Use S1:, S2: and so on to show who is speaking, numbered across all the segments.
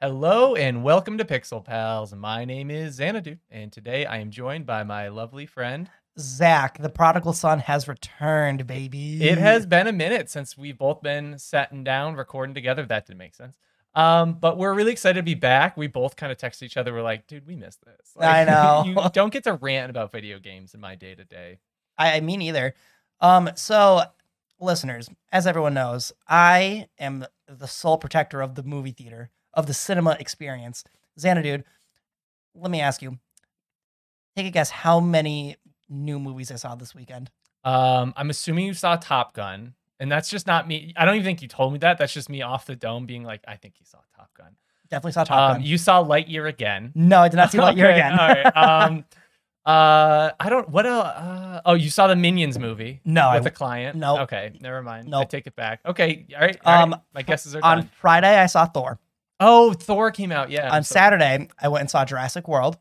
S1: Hello and welcome to Pixel Pals. My name is Xanadu, and today I am joined by my lovely friend.
S2: Zach, the prodigal son has returned, baby.
S1: It has been a minute since we've both been sitting down recording together. That didn't make sense. Um, but we're really excited to be back. We both kind of texted each other. We're like, dude, we missed this.
S2: I
S1: Like,
S2: know.
S1: you don't get to rant about video games in my day to day.
S2: I, I mean either. Um, so listeners, as everyone knows, I am the sole protector of the movie theater, of the cinema experience. Xanadude, let me ask you. Take a guess how many new movies I saw this weekend.
S1: Um, I'm assuming you saw Top Gun, and that's just not me. I don't even think you told me that. That's just me off the dome being like, I think you saw Top Gun.
S2: Definitely saw Top
S1: Um,
S2: Gun.
S1: you saw Lightyear again.
S2: no, I did not see Light Year
S1: Okay,
S2: again.
S1: all right. Um, uh, I don't. What else? Uh, oh, you saw the Minions movie?
S2: No, I-
S1: with the client.
S2: nope.
S1: Okay, never mind. I
S2: Nope.
S1: take it back. Okay, all right. all right.
S2: Um,
S1: my guesses are
S2: on
S1: done.
S2: Friday, I saw Thor.
S1: Oh, Thor came out. Yeah.
S2: on
S1: so-
S2: Saturday, I went and saw Jurassic World.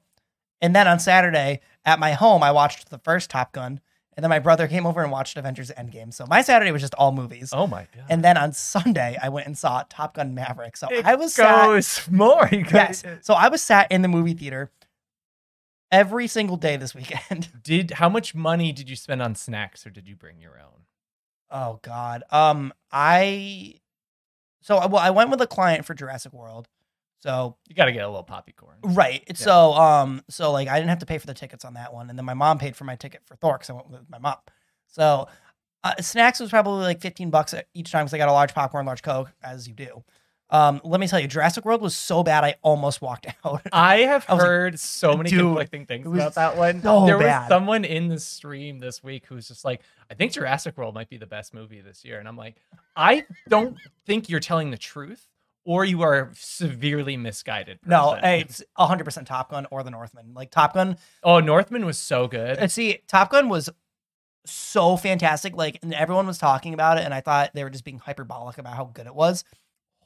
S2: And then on Saturday at my home, I watched the first Top Gun. And then my brother came over and watched Avengers Endgame. So my Saturday was just all movies.
S1: Oh my god.
S2: And then on Sunday, I went and saw Top Gun Maverick. So
S1: It
S2: I was sat,
S1: goes more. It goes-
S2: yes. So I was sat in the movie theater every single day this weekend.
S1: Did how much money did you spend on snacks, or did you bring your own?
S2: Oh God. Um, I so well, I went with a client for Jurassic World. So
S1: You got to get a little popcorn.
S2: Right.
S1: Yeah.
S2: So um so like I didn't have to pay for the tickets on that one and then my mom paid for my ticket for Thor cuz I went with my mom. So uh, snacks was probably like 15 bucks each time cuz I got a large popcorn, large coke as you do. Um let me tell you Jurassic World was so bad I almost walked out.
S1: I have
S2: I was like,
S1: heard so many
S2: "Dude,
S1: conflicting things
S2: it was
S1: about that one.
S2: so
S1: there was
S2: bad."
S1: someone in the stream this week who was just like, I think Jurassic World might be the best movie this year. And I'm like, I don't think you're telling the truth or you are a severely misguided.
S2: no,
S1: person.
S2: hey, it's 100% Top Gun or The Northman. Like Top Gun,
S1: Oh, Northman was so good.
S2: and see Top Gun was so fantastic like and everyone was talking about it and I thought they were just being hyperbolic about how good it was.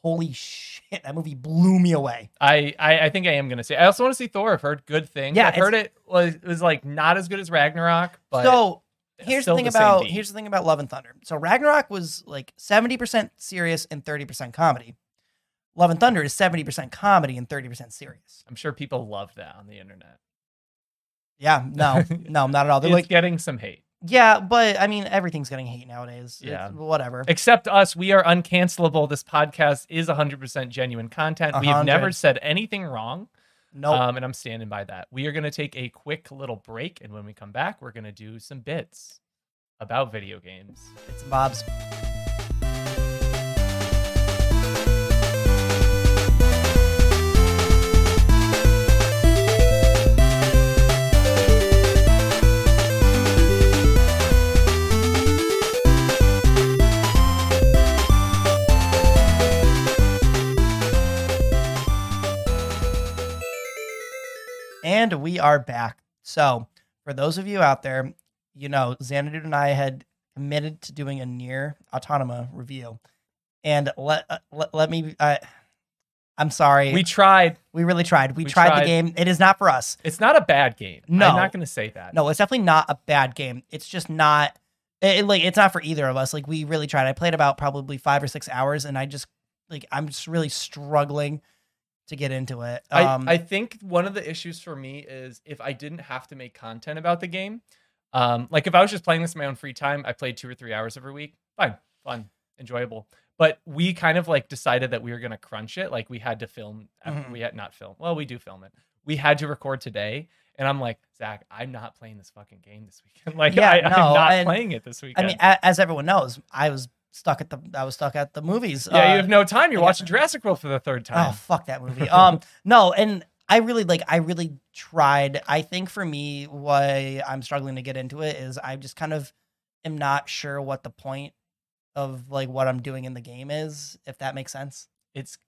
S2: Holy shit, that movie blew me away.
S1: I, I, I think I am going to see. it. I also want to see Thor. I've heard good things.
S2: Yeah,
S1: I've heard it was, was like not as good as Ragnarok, but
S2: so here's
S1: still
S2: the thing
S1: the same
S2: about
S1: beat.
S2: here's the thing about Love and Thunder. So Ragnarok was like 70% serious and 30% comedy. Love and Thunder is 70% comedy and 30% serious.
S1: I'm sure people love that on the internet.
S2: Yeah, no, no, not at all. They're
S1: It's
S2: like,
S1: getting some hate.
S2: yeah, but I mean, everything's getting hate nowadays. It's-
S1: Yeah.
S2: whatever.
S1: Except us, we are uncancelable. This podcast is 100% genuine content. We have
S2: 100.
S1: never said anything wrong,
S2: No,
S1: um, and I'm standing by that. We are going to take a quick little break, and when we come back, we're going to do some bits about video games.
S2: it's Bob's. And we are back. So, for those of you out there, you know, Xanadu and I had committed to doing a near autonoma review. And let uh, let, let me uh, I'm sorry.
S1: We
S2: We,
S1: tried.
S2: we really tried. We,
S1: we
S2: tried,
S1: tried.
S2: the game. It is not for us.
S1: It's not a bad game.
S2: No.
S1: I'm not going to say that.
S2: No, it's definitely not a bad game. It's just not it, it, like it's not for either of us. Like we really tried. I played about probably 5 or 6 hours and I just like I'm just really struggling to get into it. Um
S1: I, I think one of the issues for me is if I didn't have to make content about the game, um, like if I was just playing this in my own free time, I played two or three hours every week. Fine, fun, enjoyable. But we kind of like decided that we were gonna crunch it. Like we had to film.
S2: Mhm.
S1: We had not film. Well, we do film it. We had to record today, and I'm like Zach, I'm not playing this fucking game this weekend. Like
S2: Yeah,
S1: I,
S2: no,
S1: I'm not
S2: and-
S1: playing it this
S2: I
S1: weekend.
S2: mean, a, as everyone knows, I was stuck at the I was stuck at the movies.
S1: yeah,
S2: uh,
S1: you have no time. You're
S2: I guess-
S1: watching Jurassic World for the third time.
S2: Oh fuck that movie. Um no, and I really like I really tried. I think for me why I'm struggling to get into it is I just kind of am not sure what the point of like what I'm doing in the game is, if that makes sense.
S1: It's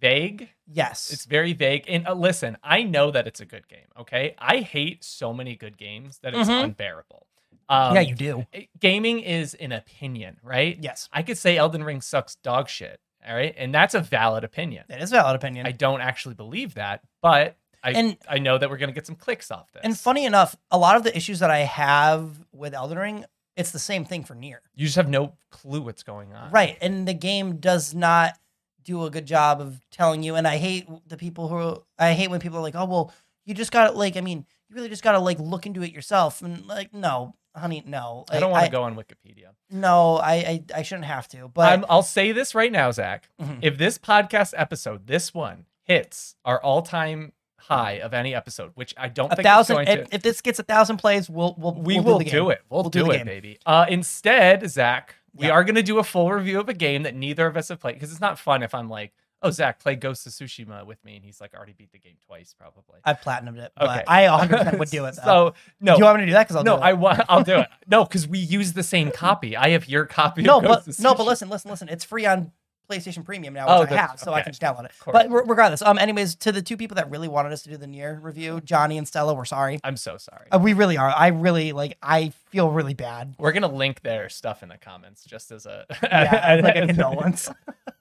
S1: vague.
S2: Yes.
S1: It's very vague. And uh, listen, I know that it's a good game. Okay, I hate so many good games that it's
S2: Mhm.
S1: unbearable. Um,
S2: yeah, you do.
S1: it- Gaming is an opinion, right?
S2: Yes.
S1: I could say Elden Ring sucks dog shit. All right, and that's a valid opinion.
S2: That is a valid opinion.
S1: I don't actually believe that, but I
S2: and
S1: I know that we're gonna get some clicks off this.
S2: and funny enough, a lot of the issues that I have with Elden Ring, it's the same thing for Nier.
S1: you just have no clue what's going on,
S2: Right. And the game does not do a good job of telling you. And I hate the people who I hate when people are like, "Oh, well, you just got to like." I mean, you really just got to like look into it yourself. And like, no, honey, no.
S1: I don't want to go on Wikipedia.
S2: No, I, I I shouldn't have to. But
S1: I'm, I'll say this right now, Zach.
S2: Mhm.
S1: If this podcast episode, this one, hits our all time high of any episode, which I don't
S2: a
S1: think
S2: thousand.
S1: it's going
S2: If,
S1: to,
S2: if this gets a thousand plays, we'll we'll
S1: we
S2: we'll
S1: will
S2: do, the
S1: do,
S2: game.
S1: it. We'll,
S2: We'll do
S1: do,
S2: the
S1: it,
S2: game.
S1: baby. Uh, instead, Zach, we
S2: Yeah.
S1: are going to do a full review of a game that neither of us have played because it's not fun if I'm like, oh, Zach, play Ghost of Tsushima with me. And he's like, already beat the game twice, probably.
S2: I platinumed it,
S1: Okay.
S2: but I 100 percent would do it. Though.
S1: so, no.
S2: do you want me to do that? Because I'll
S1: no,
S2: do it.
S1: I want. I'll do it. No, because we use the same copy. I have your copy.
S2: no,
S1: of Ghost
S2: but
S1: of
S2: no, but
S1: Tsushima.
S2: listen, listen, listen. It's free on PlayStation Premium now,
S1: Oh,
S2: which I
S1: that's-
S2: have, so I
S1: okay.
S2: can just download it.
S1: Of course.
S2: But re- regardless, um, anyways, to the two people that really wanted us to do the near review, Johnny and Stella, we're sorry.
S1: I'm so sorry.
S2: Uh, we really are. I really like. I feel really bad.
S1: We're gonna link their stuff in the comments just as a
S2: Yeah, like a condolence.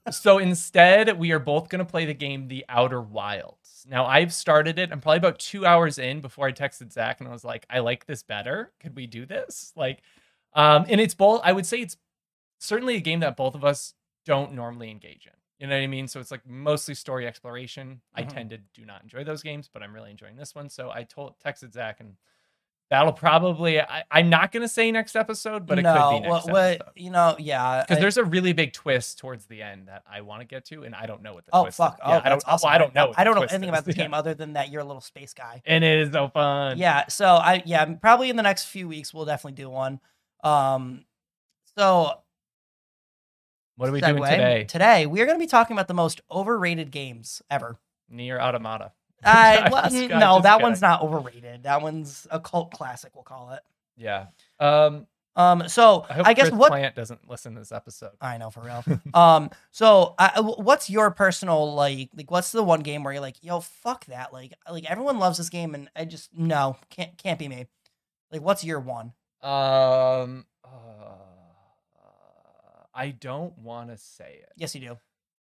S1: So instead, we are both going to play the game The Outer Wilds. Now, I've started it. I'm probably about two hours in before I texted Zach and I was like, I like this better. Could we do this? Like, um, and it's both, I would say it's certainly a game that both of us don't normally engage in. You know what I mean? So it's like mostly story exploration. I
S2: Mhm.
S1: tend to do not enjoy those games, but I'm really enjoying this one. So I told texted Zach and that'll probably, I, I'm not going to say next episode, but it
S2: no,
S1: could be next
S2: what,
S1: episode
S2: what you know? Yeah,
S1: because
S2: I-
S1: there's a really big twist towards the end that I want to get to, and I don't know what the
S2: Oh
S1: twist. is.
S2: fuck!
S1: Yeah,
S2: oh,
S1: I don't.
S2: that's awesome.
S1: well, I don't know. what
S2: I
S1: the
S2: don't know
S1: twist
S2: anything
S1: is.
S2: about the
S1: Yeah.
S2: game other than that you're a little space guy.
S1: and it is so fun.
S2: Yeah. So I yeah m- probably in the next few weeks we'll definitely do one. Um, so
S1: What are we doing
S2: segue.
S1: today?
S2: Today we are going to be talking about the most overrated games ever.
S1: Near Automata.
S2: I,
S1: I'm
S2: well,
S1: just-
S2: mm,
S1: I'm
S2: no,
S1: just
S2: that
S1: kidding.
S2: one's not overrated. That one's a cult classic, we'll call it.
S1: Yeah. Um.
S2: Um, so
S1: I hope
S2: I, guess
S1: Chris
S2: what
S1: Plant doesn't listen to this episode.
S2: I know for real. um, so I, I- what's your personal like? Like, what's the one game where you're like, yo, fuck that? Like, like everyone loves this game, and I just no, can't can't be me. Like, what's your one?
S1: Um. uh, I don't want to say it.
S2: Yes, you do.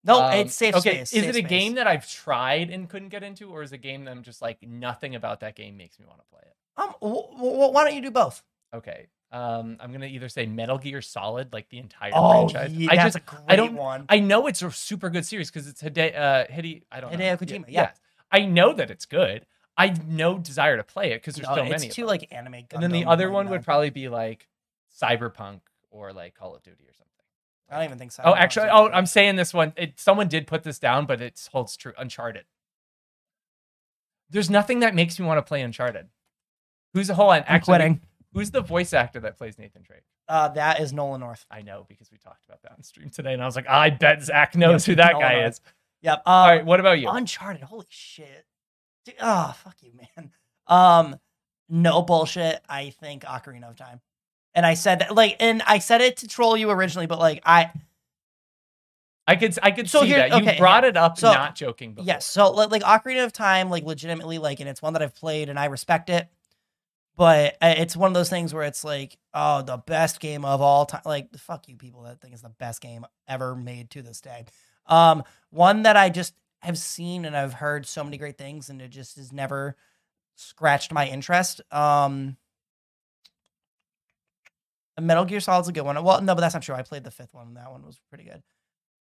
S2: No,
S1: Um,
S2: it's safe
S1: okay,
S2: space.
S1: Is
S2: safe
S1: it a
S2: space.
S1: game that I've tried and couldn't get into, or is it a game that I'm just like nothing about that game makes me want to play it?
S2: Um, w- w- why don't you do both?
S1: Okay. Um, I'm gonna either say Metal Gear Solid, like the entire
S2: Oh,
S1: franchise.
S2: yeah,
S1: I
S2: that's
S1: just,
S2: a great
S1: I don't-
S2: one.
S1: I know it's a super good series because it's Hide, uh, Hide, I don't know.
S2: Hideo Kojima, yeah.
S1: I know that it's good. I have no desire to play it because there's
S2: No,
S1: so
S2: it's
S1: many. of
S2: too
S1: them.
S2: like anime. Gundam,
S1: and then the other
S2: like,
S1: one
S2: no.
S1: would probably be like Cyberpunk or like Call of Duty or something.
S2: I don't even think so.
S1: Oh, actually, oh, I'm saying this one. It, someone did put this down, but it holds true. Uncharted. There's nothing that makes me want to play Uncharted. Who's the whole on?
S2: I'm
S1: actually,
S2: quitting.
S1: Who's the voice actor that plays Nathan Drake?
S2: Uh, that is Nolan North.
S1: I know because we talked about that on stream today, and I was like, I bet Zach knows who that
S2: no,
S1: guy
S2: no.
S1: is.
S2: Yep. Uh,
S1: All right, what about you?
S2: Uncharted. Holy shit. Dude, oh, fuck you, man. Um, no bullshit. I think Ocarina of Time. And I said that, like, and I said it to troll you originally, but like, I,
S1: I could I could
S2: So
S1: see
S2: here-
S1: that you
S2: okay,
S1: brought it up,
S2: So-
S1: not joking. Before.
S2: yes. So, li- like, Ocarina of Time, like, legitimately, like, and it's one that I've played and I respect it, but uh, it's one of those things where it's like, oh, the best game of all time. Like, fuck you, people that think it's the best game ever made to this day. Um, one that I just have seen and I've heard so many great things, and it just has never scratched my interest. Um, Metal Gear Solid's a good one. Well, no, but that's not true. I played the fifth one. and That one was pretty good.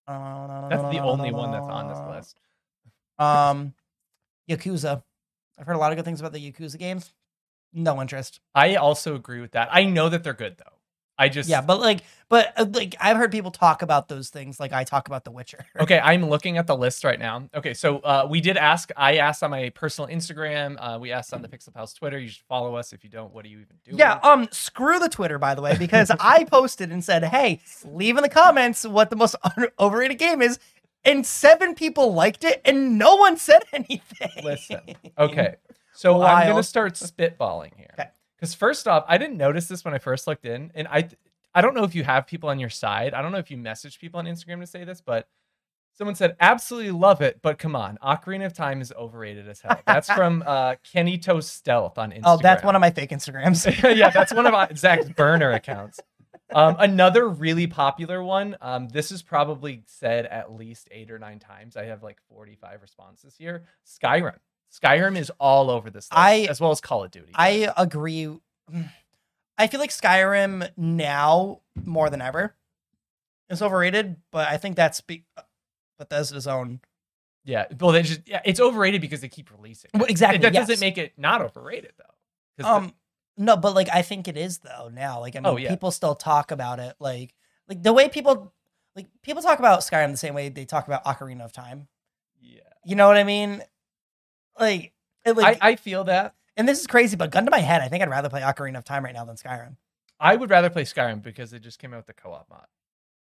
S1: that's the only one that's on this list.
S2: Um, Yakuza. I've heard a lot of good things about the Yakuza games. No interest.
S1: I also agree with that. I know that they're good though. I just
S2: Yeah, but like, but uh, like, I've heard people talk about those things. Like I talk about The Witcher.
S1: Okay, I'm looking at the list right now. Okay, so uh, we did ask. I asked on my personal Instagram. Uh, we asked on the Pixel Pals Twitter. You should follow us. If you don't, what are you even doing?
S2: Yeah, um, screw the Twitter, by the way, because I posted and said, hey, leave in the comments what the most un- overrated game is. And seven people liked it and no one said anything.
S1: Listen, Okay. So I'm gonna
S2: Wild.
S1: start spitballing here.
S2: Okay.
S1: Because first off, I didn't notice this when I first looked in, and I th- I don't know if you have people on your side. I don't know if you message people on Instagram to say this, but someone said absolutely love it, but come on, Ocarina of Time is overrated as hell. That's from uh, Kenny Toast Stealth on Instagram.
S2: Oh, that's one of my fake Instagrams.
S1: yeah, that's one of Zach's burner accounts. Um, another really popular one. Um, this is probably said at least eight or nine times. I have like 45 responses here. Skyrim. Skyrim is all over this list,
S2: I-
S1: as well as Call of Duty.
S2: I agree. I feel like Skyrim now more than ever is overrated, but I think that's be- Bethesda's own.
S1: Yeah. Well, they just yeah, it's overrated because they keep releasing. it.
S2: Well, exactly,
S1: That
S2: yes.
S1: doesn't make it not overrated though. 'Cause the-
S2: Um, no, but like I think it is though now. Like I mean,
S1: Oh, yeah.
S2: people still talk about it. Like like the way people like people talk about Skyrim the same way they talk about Ocarina of Time.
S1: yeah.
S2: You know what I mean? Like, it, like
S1: I, I feel that.
S2: and this is crazy, but gun to my head, I think I'd rather play Ocarina of Time right now than Skyrim.
S1: I would rather play Skyrim because they just came out with the co-op mod.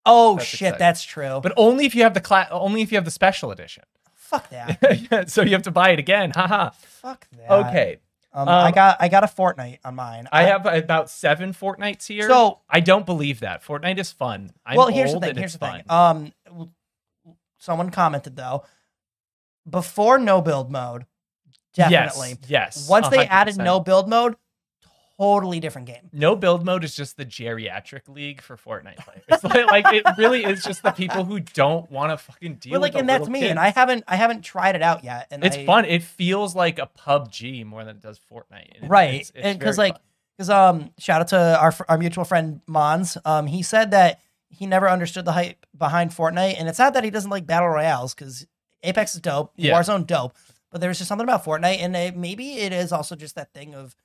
S2: Oh
S1: That's
S2: shit,
S1: exciting.
S2: that's true. But
S1: But only if you have the cla- only if you have the special edition.
S2: fuck that.
S1: so you have to buy it again. Haha.
S2: fuck that.
S1: Okay. Um,
S2: Um, I got I got a Fortnite on mine.
S1: I have about 7 Fortnites here.
S2: so
S1: I don't believe that. Fortnite is fun. I'm
S2: well. Here's the
S1: old
S2: thing.
S1: and
S2: Here's the
S1: it's
S2: thing.
S1: fun.
S2: Um, w- someone commented though. Before no build mode, definitely.
S1: Yes. yes
S2: Once they added
S1: 100%.
S2: no build mode, totally different game.
S1: No build mode is just the geriatric league for Fortnite players. like, like it really is just the people who don't want to fucking deal
S2: Well,
S1: with
S2: like,
S1: the
S2: and that's
S1: little
S2: me.
S1: kids.
S2: And I haven't I haven't tried it out yet. And
S1: It's
S2: I-
S1: fun. It feels like a PUBG more than it does Fortnite. It-
S2: Right.
S1: it's- it's
S2: And 'cause,
S1: very
S2: like,
S1: fun.
S2: Because um, shout out to our fr- our mutual friend Mons. Um, he said that he never understood the hype behind Fortnite, and it's not that he doesn't like battle royales because Apex is dope,
S1: Yeah.
S2: Warzone dope, but there's just something about Fortnite, and it, maybe it is also just that thing of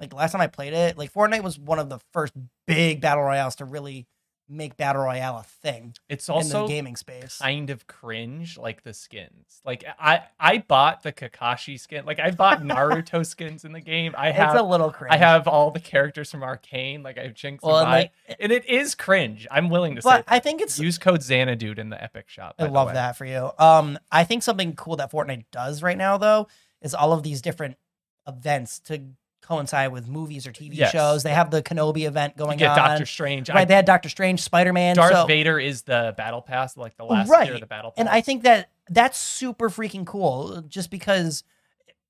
S2: like the last time I played it, like Fortnite was one of the first big battle royales to really make battle royale a thing
S1: it's
S2: in
S1: also
S2: the gaming space.
S1: kind of cringe, like the skins. Like I, I bought the Kakashi skin. Like I bought Naruto skins in the game. I
S2: it's a
S1: have,
S2: little crazy.
S1: I have all the characters from Arcane. Like I have Jinx
S2: well,
S1: and
S2: and,
S1: Vi.
S2: like,
S1: and it is cringe. I'm willing to say.
S2: but
S1: that.
S2: I think it's
S1: Use code Xanadude in the Epic Shop. by
S2: I
S1: the
S2: love
S1: way.
S2: that for you. Um, I think something cool that Fortnite does right now though is all of these different events to coincide with movies or TV
S1: Yes.
S2: shows. They have the Kenobi event
S1: You
S2: going
S1: get
S2: on.
S1: Doctor Strange. I
S2: Oh right, they had Doctor Strange, Spider Man.
S1: Darth
S2: so,
S1: Vader is the battle pass, like the last tier
S2: Right.
S1: of the battle pass.
S2: and I think that that's super freaking cool. Just because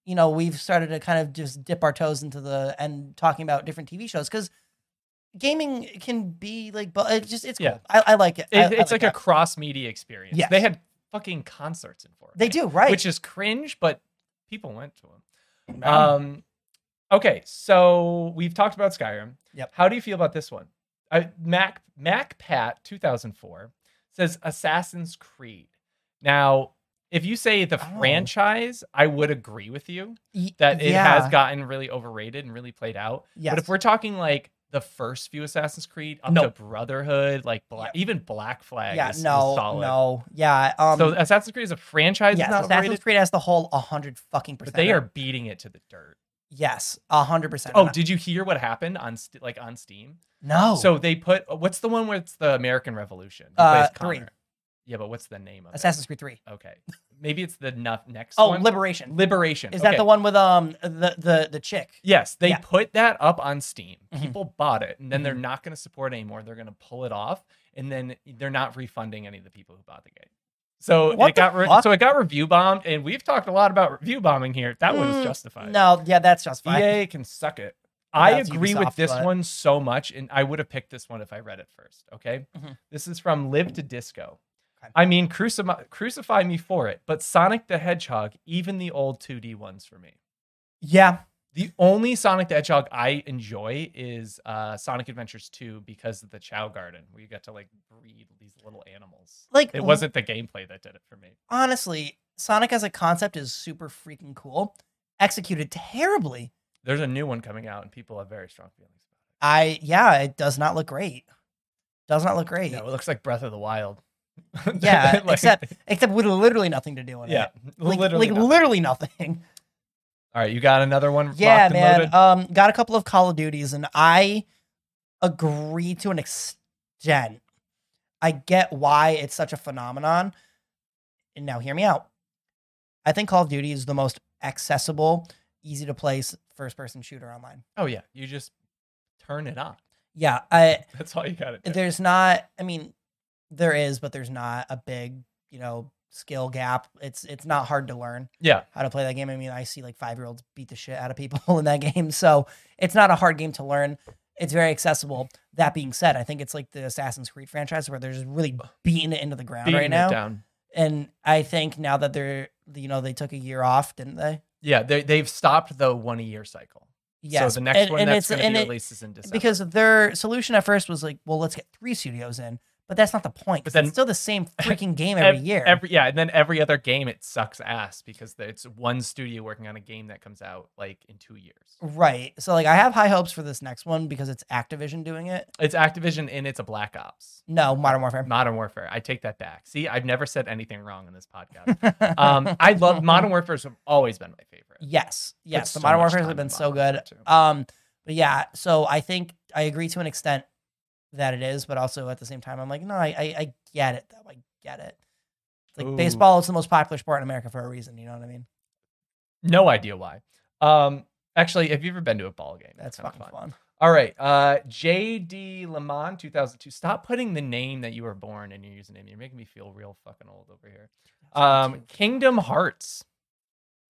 S2: you know we've started to kind of just dip our toes into the and talking about different TV shows because gaming can be like, but it just it's cool.
S1: Yeah.
S2: I, I like it.
S1: It-
S2: I- I
S1: it's like,
S2: that.
S1: a cross media experience.
S2: Yes.
S1: They had fucking concerts in Fortnite.
S2: they do right.
S1: Which is cringe, but people went to them.
S2: Um,
S1: Um, okay, so we've talked about Skyrim.
S2: Yep.
S1: How do you feel about this one? Uh, Mac Mac Pat 2004 says Assassin's Creed. Now, if you say the
S2: Oh.
S1: franchise, I would agree with you
S2: y-
S1: that it
S2: yeah,
S1: has gotten really overrated and really played out.
S2: yes.
S1: But if we're talking like the first few Assassin's Creed up
S2: No.
S1: to Brotherhood, like Black, even Black Flag,
S2: yeah,
S1: is, is
S2: no,
S1: solid.
S2: no, yeah. Um,
S1: so Assassin's Creed is a franchise,
S2: yes,
S1: it's not
S2: Assassin's
S1: overrated,
S2: Creed has the whole hundred fucking
S1: but
S2: percent.
S1: they are beating it to the dirt.
S2: yes, hundred percent.
S1: Oh, did you hear what happened on Ste like on Steam?
S2: no.
S1: So they put what's the one where it's the American Revolution? He
S2: Uh,
S1: plays Connor.
S2: three.
S1: Yeah, but what's the name of
S2: Assassin's Creed Three.
S1: it? Okay, maybe it's the nu- next
S2: Oh,
S1: one.
S2: Liberation.
S1: Liberation.
S2: Is that
S1: Okay.
S2: the one with um the the the chick?
S1: Yes, they
S2: Yeah.
S1: put that up on Steam.
S2: Mhm.
S1: People bought it, and then they're
S2: Mhm.
S1: not going to support it anymore. They're going to pull it off, and then they're not refunding any of the people who bought the game. So
S2: What
S1: it got
S2: the
S1: re-
S2: fuck?
S1: so it got review bombed, and we've talked a lot about review bombing here. That one
S2: Mm,
S1: is justified.
S2: No, yeah, that's just fine.
S1: EA E can suck it. I
S2: That's
S1: agree
S2: Ubisoft,
S1: with this
S2: but-
S1: one so much, and I would have picked this one if I read it first. Okay,
S2: Mhm.
S1: this is from Live to Disco.
S2: Okay.
S1: I mean, crucify, crucify me for it, but Sonic the Hedgehog, even the old 2D ones for me.
S2: Yeah,
S1: The only Sonic the Hedgehog I enjoy is uh, Sonic Adventures 2 because of the Chow Garden, where you got to like breed these little animals.
S2: like
S1: It wasn't the gameplay that did it for me.
S2: honestly Sonic as a concept is super freaking cool. Executed terribly.
S1: There's a new one coming out, and people have very strong feelings about
S2: I yeah, it does not look great. Does not look great.
S1: it. No, it looks like Breath of the Wild.
S2: Yeah,
S1: Like-
S2: except except with literally nothing to do with
S1: yeah,
S2: it. Like,
S1: literally.
S2: like
S1: nothing.
S2: literally nothing.
S1: All right, you got another one.
S2: Yeah,
S1: locked And
S2: man.
S1: loaded?
S2: Um, got a couple of Call of Duties, and I agree to an extent. I get why it's such a phenomenon. And now, hear me out. I think Call of Duty is the most accessible, easy to play first person shooter online.
S1: oh yeah, you just turn it on.
S2: Yeah, I
S1: That's all you got to do.
S2: there's not. I mean, there is, but there's not a big, you know, skill gap. It's it's not hard to learn.
S1: yeah,
S2: how to play that game. I mean, I see like five year olds beat the shit out of people in that game. So it's not a hard game to learn. It's very accessible. That being said, I think it's like the Assassin's Creed franchise where they're just really beating it into the ground
S1: beating
S2: right now.
S1: it down.
S2: And I think now that they're, you know, they took a year off, didn't they?
S1: Yeah, they they've stopped the one a year cycle.
S2: Yes.
S1: So the next
S2: and,
S1: one
S2: and
S1: that's
S2: it's-
S1: going to
S2: and
S1: be
S2: it-
S1: released is in December.
S2: because their solution at first was like, well, let's get three studios in. But that's not the point.
S1: But
S2: But
S1: then-
S2: then it's still the same freaking game every
S1: Ev-
S2: year.
S1: Every yeah, and then every other game it sucks ass because it's one studio working on a game that comes out like in two years.
S2: right. So like I have high hopes for this next one because it's Activision doing it.
S1: It's Activision and it's a Black Ops.
S2: No, Modern Warfare.
S1: Modern Warfare. I take that back. See, I've never said anything wrong in this podcast. Um, I love Modern Warfare's have always been my favorite.
S2: Yes, yes.
S1: so
S2: the Modern
S1: much
S2: Warfare
S1: time
S2: have been
S1: into
S2: so
S1: Modern
S2: good.
S1: Warfare too.
S2: Um, but yeah, so I think I agree to an extent that it is, but also at the same time, I'm like, no, I I, I get it though. I get it. It's Like
S1: Ooh.
S2: baseball is the most popular sport in America for a reason. You know what I mean?
S1: No idea why. Um, actually, have you ever been to a ball game? It's
S2: That's
S1: kinda
S2: fucking fun.
S1: All right. Uh, J.D. Lemon, 2002. Stop putting the name that you were born in your username. You're making me feel real fucking old over here. Um, Kingdom Hearts.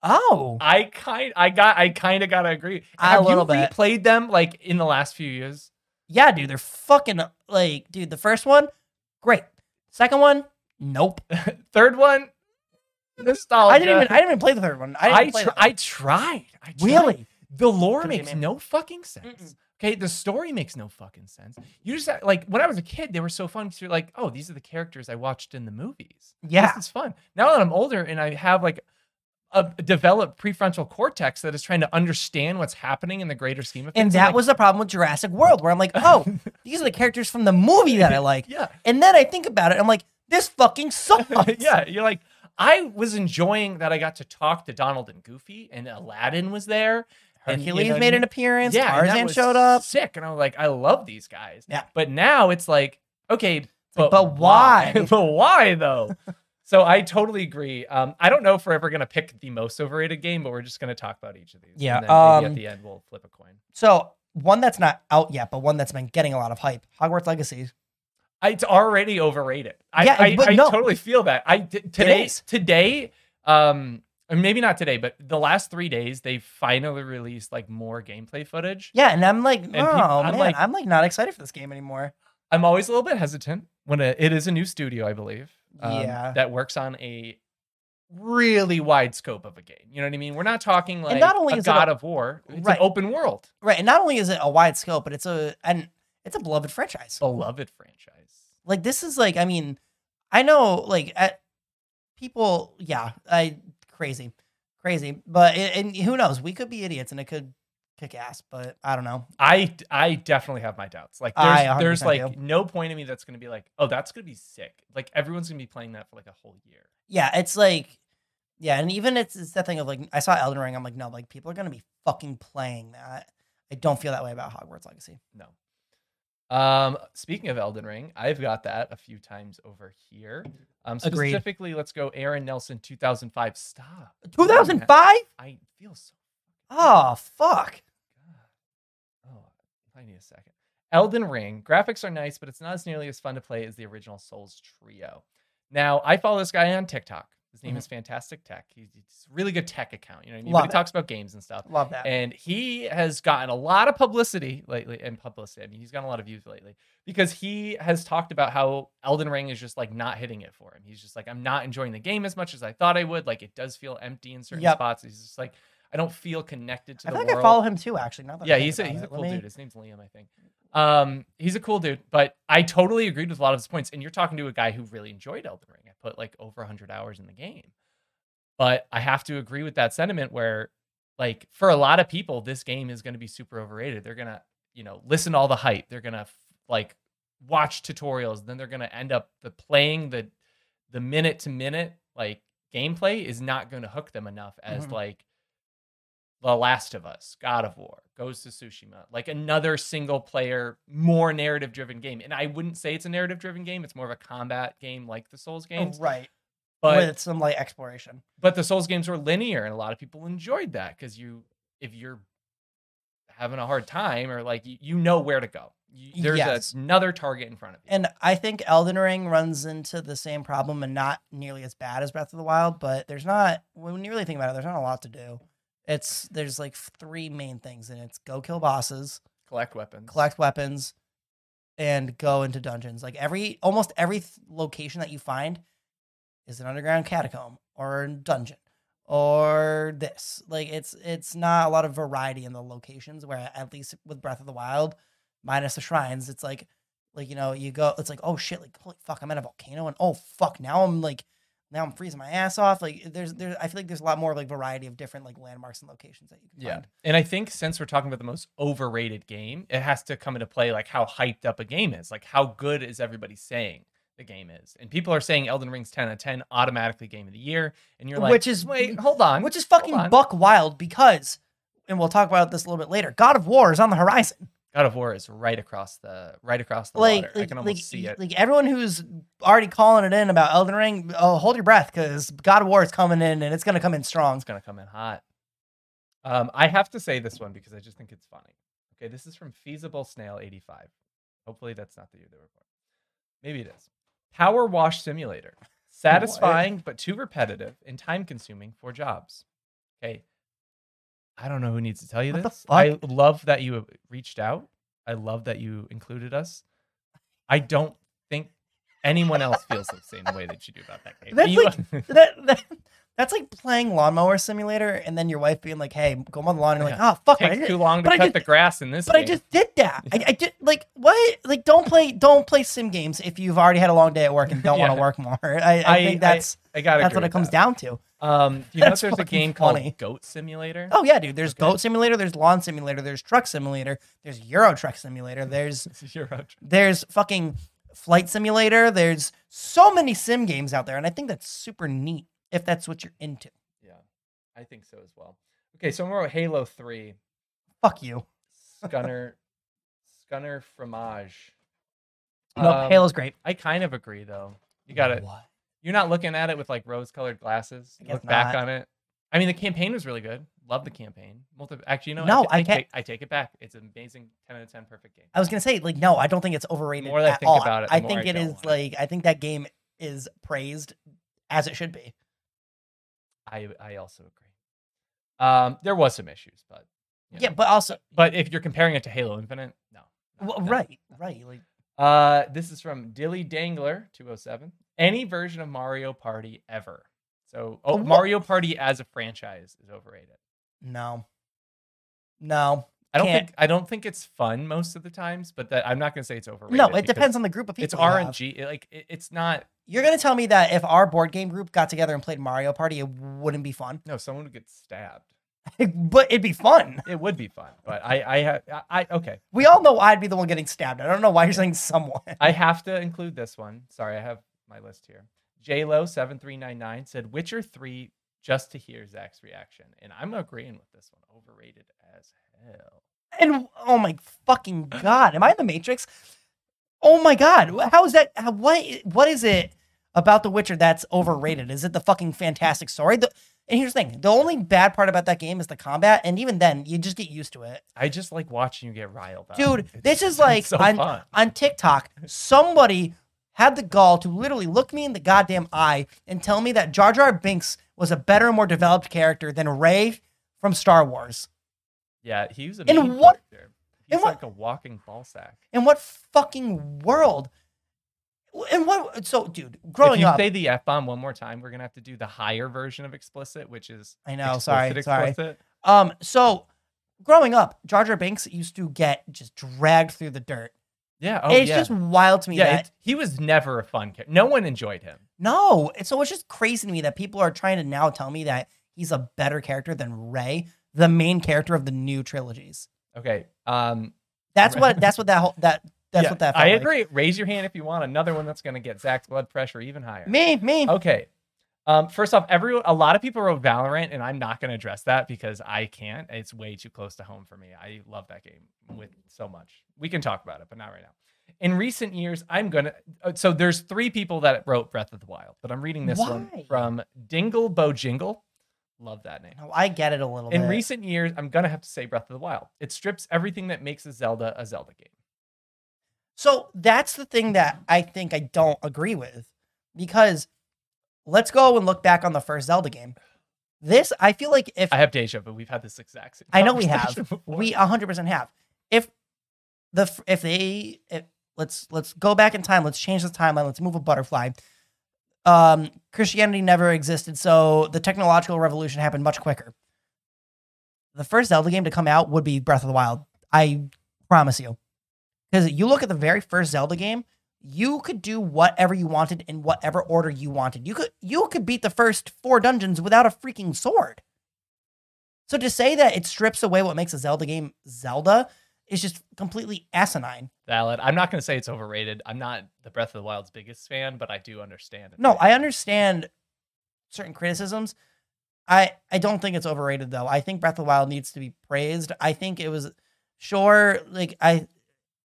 S2: Oh,
S1: I kind, I got, I kind of gotta agree.
S2: A
S1: Have
S2: little
S1: you
S2: bit.
S1: replayed them like in the last few years?
S2: yeah, dude, they're fucking like, dude, the first one, great. Second one, nope.
S1: Third one, nostalgia.
S2: I didn't even I didn't even play the third one. I didn't
S1: Oh, I,
S2: play
S1: tr-
S2: the
S1: I tried. I
S2: third one.
S1: tried.
S2: really.
S1: The lore
S2: Could've been
S1: makes
S2: me.
S1: no fucking sense. Okay, the story makes no fucking sense. You just uh, like when I was a kid, they were so fun because you're like, oh, these are the characters I watched in the movies.
S2: Yeah,
S1: This is fun. Now that I'm older and I have like a developed prefrontal cortex that is trying to understand what's happening in the greater scheme of things.
S2: and
S1: I'm
S2: that
S1: like,
S2: was the problem with Jurassic World, where I'm like, oh, these are the characters from the movie that I like.
S1: yeah,
S2: And then I think about it, I'm like, this fucking sucks.
S1: yeah. You're like, I was enjoying that I got to talk to Donald and Goofy, and Aladdin was there. and, you
S2: Hercules
S1: know what I
S2: made
S1: mean?
S2: an appearance.
S1: yeah, and that
S2: Tarzan
S1: was
S2: showed up.
S1: Sick, and I was like, I love these guys.
S2: Yeah.
S1: But now it's like, okay, but,
S2: like, but why?
S1: but why though? so I totally agree. Um, I don't know if we're ever gonna pick the most overrated game, but we're just gonna talk about each of these.
S2: Yeah,
S1: And then maybe
S2: um,
S1: at the end we'll flip a coin.
S2: So one that's not out yet, but one that's been getting a lot of hype. Hogwarts Legacy.
S1: I- It's already overrated. I,
S2: Yeah,
S1: I,
S2: but
S1: I
S2: no.
S1: totally feel that. I d- today
S2: is.
S1: today um and maybe not today, but the last three days they finally released like more gameplay footage.
S2: Yeah, and I'm like, oh
S1: people- I'm
S2: man,
S1: like-
S2: I'm like not excited for this game anymore.
S1: I'm always a little bit hesitant when a, it is a new studio, I believe. um,
S2: Yeah.
S1: that works on a really wide scope of a game. You know what I mean? We're not talking like
S2: not only
S1: a
S2: is it a-
S1: God of War. It's
S2: Right.
S1: an open world,
S2: Right, and not only is it a wide scope, but it's a and it's a beloved franchise.
S1: beloved franchise.
S2: Like this is like, I mean, I know like at, people, yeah, I crazy, crazy, but it, and who knows? We could be idiots, and it could kick ass, but I don't know.
S1: I I definitely have my doubts. Like
S2: I
S1: there's there's
S2: 100%
S1: like no point in me that's gonna be like, oh, that's gonna be sick. Like everyone's gonna be playing that for like a whole year.
S2: Yeah, it's like, yeah, and even it's, it's that thing of like, I saw Elden Ring. I'm like, no, like people are gonna be fucking playing that. I don't feel that way about Hogwarts Legacy.
S1: No. Um, speaking of Elden Ring, I've got that a few times over here. Um,
S2: Agreed.
S1: specifically, let's go Aaron Nelson, 2005. Stop.
S2: 2005?
S1: I feel so.
S2: Oh fuck.
S1: God. Oh, I need a second. Elden Ring graphics are nice, but it's not as nearly as fun to play as the original Souls trio. Now, I follow this guy on TikTok. His name
S2: Mhm.
S1: is Fantastic Tech. He's he's a really good tech account. You know what I mean?
S2: Love
S1: but he
S2: it.
S1: talks about games and stuff.
S2: Love that.
S1: And he has gotten a lot of publicity lately, and publicity. I mean, he's gotten a lot of views lately because he has talked about how Elden Ring is just like not hitting it for him. He's just like, I'm not enjoying the game as much as I thought I would. Like, it does feel empty in certain
S2: Yep.
S1: spots. He's just like, I don't feel connected to
S2: I
S1: the
S2: feel like
S1: world.
S2: I follow him too, actually. Now that
S1: yeah,
S2: I think
S1: he's a,
S2: about
S1: he's a
S2: it. Let
S1: cool
S2: me-
S1: dude. His name's Liam, I think. Um, he's a cool dude, but I totally agreed with a lot of his points. And you're talking to a guy who really enjoyed Elden Ring. I put like over 100 hours in the game, but I have to agree with that sentiment where, like, for a lot of people, this game is going to be super overrated. They're gonna, you know, listen to all the hype. They're gonna like watch tutorials. Then they're gonna end up the playing the the minute to minute like gameplay is not going to hook them enough as
S2: Mhm.
S1: like The Last of Us, God of War, Ghost of Tsushima, like another single player, more narrative driven game. And I wouldn't say it's a narrative driven game; it's more of a combat game, like the Souls
S2: Oh,
S1: games.
S2: right.
S1: But
S2: With some like exploration.
S1: but the Souls games were linear, and a lot of people enjoyed that because you, if you're having a hard time or like you, you know where to go, you, there's
S2: Yes.
S1: another target in front of you.
S2: And I think Elden Ring runs into the same problem and not nearly as bad as Breath of the Wild, but there's not when you really think about it, there's not a lot to do. It's there's like three main things and it's go kill bosses,
S1: collect weapons.
S2: collect weapons, and go into dungeons. Like every almost every th- location that you find is an underground catacomb or a dungeon or this. Like it's it's not a lot of variety in the locations where at least with Breath of the Wild, minus the shrines, it's like Like you know, you go. It's like oh shit, like holy fuck, I'm at a volcano, and oh fuck, now I'm like now I'm freezing my ass off. Like there's there, I feel like there's a lot more like variety of different like landmarks and locations that you can
S1: Yeah.
S2: find.
S1: And I think since we're talking about the most overrated game, it has to come into play like how hyped up a game is. Like how good is everybody saying the game is? And people are saying Elden Ring's 10 out of 10 automatically game of the year. And you're like,
S2: Which is-
S1: wait, hold on.
S2: which is fucking
S1: on.
S2: buck wild because, and we'll talk about this a little bit later. God of War is on the horizon.
S1: God of War is right across the right across the
S2: like,
S1: water.
S2: like,
S1: I can almost
S2: like,
S1: see it.
S2: like everyone who's already calling it in about Elden Ring, oh, hold your breath because God of War is coming in and it's going to come in strong.
S1: It's gonna come in hot. Um, I have to say this one because I just think it's funny. Okay, this is from Feasible Snail 85. Hopefully that's not the year they were born. Maybe it is. Power Wash Simulator. Satisfying but too repetitive and time consuming for jobs. Okay. I don't know who needs to tell you
S2: What the
S1: this.
S2: fuck?
S1: I love that you uh, reached out. I love that you included us. I don't think anyone else feels the same way that you do about that game.
S2: That's
S1: You-
S2: that, that that's like playing lawnmower simulator and then your wife being like, "Hey, go mow the lawn." And you're like, "Oh fuck, but I
S1: takes
S2: did,
S1: too long to
S2: but I
S1: cut
S2: did-
S1: the grass in this
S2: but I
S1: game.
S2: just did that. I, I did like what? Like don't play don't play sim games if you've already had a long day at work and don't want
S1: Yeah.
S2: to work more. I, I,
S1: I-
S2: think that's
S1: I got
S2: that's what it comes down to.
S1: down. Um, do you know if
S2: That's
S1: there's a
S2: fucking
S1: game
S2: funny.
S1: called Goat Simulator?
S2: Oh yeah, dude. There's
S1: Okay.
S2: goat simulator. There's lawn simulator. There's truck simulator. There's Euro truck simulator. There's
S1: You're out.
S2: There's fucking Flight Simulator. There's so many sim games out there, and I think that's super neat if that's what you're into.
S1: Yeah, I think so as well. Okay, so more about Halo Three.
S2: Fuck you.
S1: Scunner, Scunner Fromage.
S2: No,
S1: Um,
S2: Halo's great.
S1: I kind of agree though. You got it.
S2: What?
S1: You're not looking at it with like rose-colored glasses. You
S2: guess
S1: look back
S2: not.
S1: on it. I mean, the campaign was really good. Love the campaign. Multi- Actually, you know,
S2: No,
S1: t-
S2: I can't-
S1: Take, I take it back. It's an amazing, ten out of ten, perfect game.
S2: I was gonna say like no, I don't think it's overrated
S1: The more that I
S2: at
S1: think
S2: all.
S1: about it, the
S2: I
S1: more
S2: think
S1: I
S2: it
S1: don't
S2: is
S1: want it.
S2: like I think that game is praised as it should be.
S1: I I also agree. Um, there was some issues, but you
S2: Yeah,
S1: know.
S2: but also
S1: But if you're comparing it to Halo Infinite, no. no,
S2: well,
S1: no.
S2: right, right. Like
S1: Uh, this is from Dilly Dangler 207. Any version of Mario Party ever. So oh,
S2: What?
S1: Mario Party as a franchise is overrated.
S2: no, no,
S1: I don't
S2: Can't.
S1: think I don't think it's fun most of the times, but that I'm not going to say it's overrated.
S2: no. It
S1: because
S2: depends on the group of people.
S1: It's
S2: you have.
S1: RNG. It, like it, it's not.
S2: You're gonna tell me that if our board game group got together and played Mario Party, it wouldn't be fun.
S1: No, someone would get stabbed.
S2: but it'd be fun.
S1: It would be fun, but I I ha- I, I okay.
S2: We all know I'd be the one getting stabbed. I don't know why you're saying someone.
S1: I have to include this one. Sorry, I have my list here. JLo seven three nine nine said Witcher three just to hear Zach's reaction, and I'm agreeing with this one. Overrated as hell.
S2: And oh my fucking god, am I in the Matrix? Oh my god, wh- how is that? How, what what is it about The Witcher that's overrated? Is it the fucking fantastic story? The, and here's the thing: the only bad part about that game is the combat, and even then, you just get used to it.
S1: I just like watching you get riled up,
S2: Dude,
S1: It's-
S2: this is
S1: it's
S2: like
S1: so
S2: I'm-
S1: fun.
S2: on TikTok, somebody had the gall to literally look me in the goddamn eye and tell me that Jar Jar Binks was a better, more developed character than Rey from Star Wars.
S1: Yeah, he was a
S2: And
S1: main
S2: what-
S1: character.
S2: and
S1: He's
S2: what-
S1: like a walking ball sack.
S2: In what fucking world? And what? So, dude,
S1: if
S2: growing
S1: you
S2: up,
S1: say the f bomb one more time, we're gonna have to do the higher version of explicit, which is
S2: I know.
S1: explicit,
S2: sorry, sorry.
S1: explicit.
S2: Um, so growing up, Jar Jar Binks used to get just dragged through the dirt.
S1: Yeah, oh
S2: it's
S1: yeah,
S2: just wild to me
S1: yeah.
S2: that
S1: it's- he was never a fun character. No one enjoyed him.
S2: No, it's so it's just crazy to me that people are trying to now tell me that he's a better character than Ray, the main character of the new trilogies.
S1: Okay, um,
S2: That's
S1: Right.
S2: what that's what that whole that that's
S1: Yeah,
S2: what that. Felt
S1: I
S2: like.
S1: agree. Raise your hand if you want another one that's going to get Zach's blood pressure even higher.
S2: Me, me.
S1: Okay. Um, first off, every a lot of people wrote Valorant, and I'm not going to address that because I can't. It's way too close to home for me. I love that game with so much. We can talk about it, but not right now. In recent years, I'm gonna. uh, So there's three people that wrote Breath of the Wild, but I'm reading this
S2: Why?
S1: one from Dingle Bojingle. Love that name.
S2: No, I get it a little
S1: In
S2: bit.
S1: recent years, I'm gonna have to say Breath of the Wild. It strips everything that makes a Zelda a Zelda game.
S2: so that's the thing that I think I don't agree with because let's go and look back on the first Zelda game. This I feel like if
S1: I have deja vu. We've had this exact same.
S2: I know we have.
S1: conversation before.
S2: we 100% have if the f- if they if, let's let's go back in time let's change the timeline let's move a butterfly um christianity never existed so the technological revolution happened much quicker the first zelda game to come out would be breath of the wild i promise you Because you look at the very first Zelda game, you could do whatever you wanted in whatever order you wanted. You could you could beat the first four dungeons without a freaking sword. So to say that it strips away what makes a Zelda game Zelda is just completely asinine.
S1: Valid. I'm not going to say it's overrated. I'm not the Breath of the Wild's biggest fan, but I do understand. it.
S2: No, I understand certain criticisms. I I don't think it's overrated though. I think Breath of the Wild needs to be praised. I think it was sure like I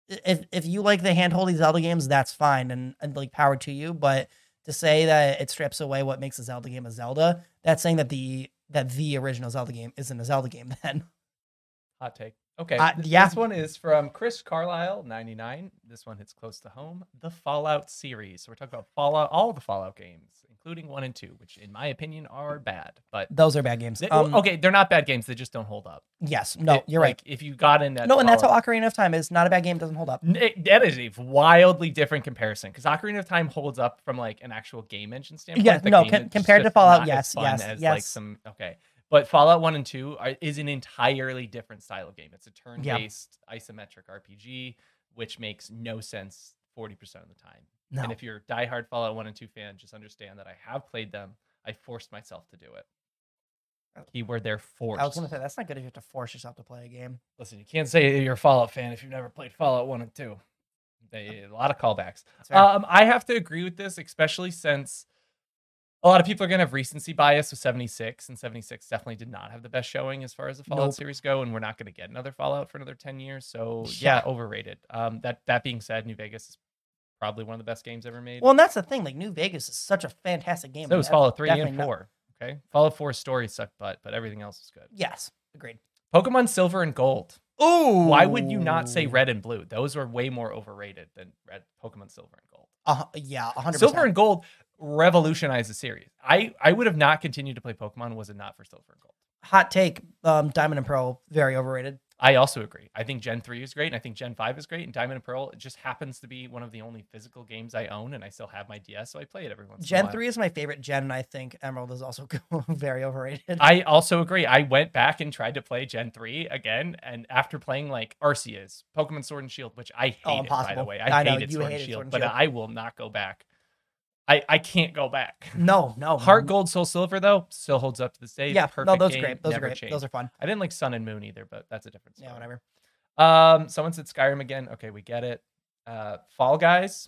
S2: if if you like the handholdy Zelda games, that's fine and, and like power to you. But to say that it strips away what makes a Zelda game a Zelda, that's saying that the that the original Zelda game isn't a Zelda game then.
S1: Hot take. Okay.
S2: Uh,
S1: th-
S2: yeah.
S1: This one is from Chris Carlisle, 99. This one hits close to home. The Fallout series. So we're talking about Fallout, all the Fallout games, including one and two, which in my opinion are bad. But
S2: Those are bad games.
S1: they-
S2: um,
S1: okay, they're not bad games. They just don't hold up.
S2: Yes. No,
S1: It-
S2: you're
S1: like, If you got in that,
S2: right. No, and that's how
S1: Fallout-
S2: Ocarina of Time is. Not a bad game. Doesn't hold up.
S1: N- it- that is a wildly different comparison because Ocarina of Time holds up from like an actual game engine standpoint.
S2: Yeah,
S1: The
S2: no,
S1: game
S2: com-
S1: is
S2: compared to
S1: just
S2: Fallout,
S1: not
S2: yes,
S1: as fun
S2: yes,
S1: as like
S2: yes.
S1: some okay. But Fallout One and Two are, is an entirely different style of game. It's a turn-based isometric RPG, which makes no sense forty percent of the time.
S2: No.
S1: And if you're a diehard Fallout One and Two fan, just understand that I have played them. I forced myself to do it. Keyword there, forced.
S2: Oh. I was gonna say that's not good if you have to force yourself to play a game.
S1: Listen, you can't say you're a Fallout fan if you've never played Fallout One and Two. They a lot of callbacks.
S2: That's fair.
S1: Um, I have to agree with this, especially since a lot of people are going to have recency bias with 76, and 76 definitely did not have the best showing as far as the Fallout
S2: Nope.
S1: series go, and we're not going to get another Fallout for another 10 years. So
S2: Yeah.
S1: yeah, overrated. Um, that that being said, New Vegas is probably one of the best games ever made.
S2: well, and that's the thing. Like New Vegas is such a fantastic game.
S1: so it was
S2: that's
S1: Fallout 3 and
S2: definitely not-
S1: 4. Okay, Fallout 4 's story sucked butt, but everything else is good.
S2: Yes, agreed.
S1: Pokemon Silver and Gold.
S2: Ooh,
S1: Why would you not say red and blue? Those are way more overrated than red Pokemon Silver and Gold.
S2: Uh, yeah, 100.
S1: Silver and Gold revolutionized the series. I, I would have not continued to play Pokemon was it not for Silver and Gold.
S2: hot take. Um, Diamond and Pearl very overrated.
S1: I also agree. I think Gen 3 is great and I think Gen 5 is great and Diamond and Pearl just happens to be one of the only physical games I own and I still have my DS so I play it every once in a
S2: Gen
S1: while.
S2: three is my favorite gen, and I think Emerald is also very overrated.
S1: I also agree. I went back and tried to play Gen 3 again and after playing like Arceus, Pokemon Sword and Shield, which I hated
S2: Oh,
S1: by the
S2: impossible.
S1: way. I,
S2: I know,
S1: hated,
S2: you
S1: Sword,
S2: hated
S1: and Shield,
S2: Sword and
S1: but
S2: Shield.
S1: I will not go back. I I can't go back.
S2: no, no,
S1: Heart Gold Soul Silver though still holds up to this day.
S2: Yeah,
S1: Perfect
S2: no, those
S1: game,
S2: are great. Those are
S1: never
S2: great.
S1: changed.
S2: Those are fun.
S1: I didn't like Sun and Moon either, but that's a different story.
S2: Yeah, whatever.
S1: Um, someone said Skyrim again. Okay, we get it. Uh, Fall Guys.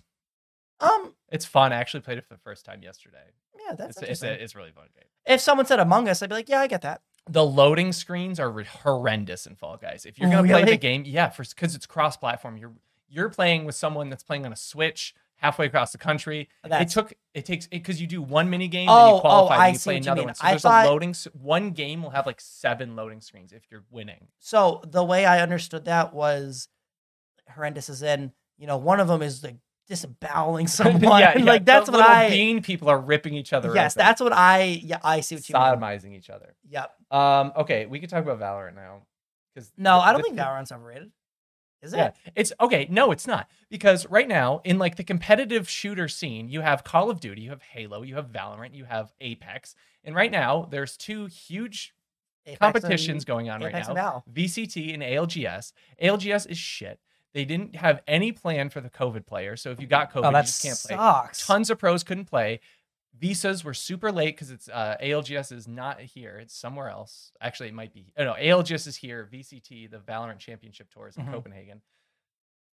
S2: Um,
S1: It's fun. I actually played it for the first time yesterday.
S2: yeah,
S1: it's,
S2: that's
S1: it's,
S2: interesting.
S1: a, it's a really fun game.
S2: if someone said Among Us, I'd be like, yeah, I get that.
S1: The loading screens are re- horrendous in Fall Guys. If you're gonna play
S2: Oh, Really?
S1: the game, yeah, for because it's cross-platform. You're you're playing with someone that's playing on a Switch halfway across the country.
S2: That's
S1: It took it takes because you do one mini game and
S2: Oh,
S1: you
S2: oh,
S1: qualify
S2: I
S1: and you
S2: see
S1: play
S2: what you
S1: another
S2: mean.
S1: one. So
S2: I
S1: there's
S2: thought-
S1: a loading s- one game will have like seven loading screens if you're winning.
S2: so. The way I understood that was horrendous. Is in you know one of them is like disemboweling someone. like that's
S1: the
S2: what
S1: little
S2: I.
S1: bean people are ripping each other.
S2: yes,
S1: open,
S2: that's what I. Yeah, I see what you mean.
S1: sodomizing each other.
S2: Yep.
S1: Um, okay, we could talk about Valorant now because
S2: No, I don't think Valorant's overrated. Is it?
S1: Yeah, it's okay. No, it's not because right now in like the competitive shooter scene, you have Call of Duty, you have Halo, you have Valorant, you have Apex, and right now there's two huge
S2: Apex
S1: competitions
S2: and-
S1: going on right
S2: Apex
S1: now.
S2: and Val.
S1: VCT and ALGS. ALGS is shit. They didn't have any plan for the COVID player, so if you got COVID,
S2: Oh,
S1: you
S2: that
S1: just can't play.
S2: sucks.
S1: Tons of pros couldn't play. Visas were super late because it's uh, ALGS is not here; it's somewhere else. Actually, it might be. Oh, no, ALGS is here. VCT, the Valorant Championship Tour, is in
S2: Mhm.
S1: Copenhagen.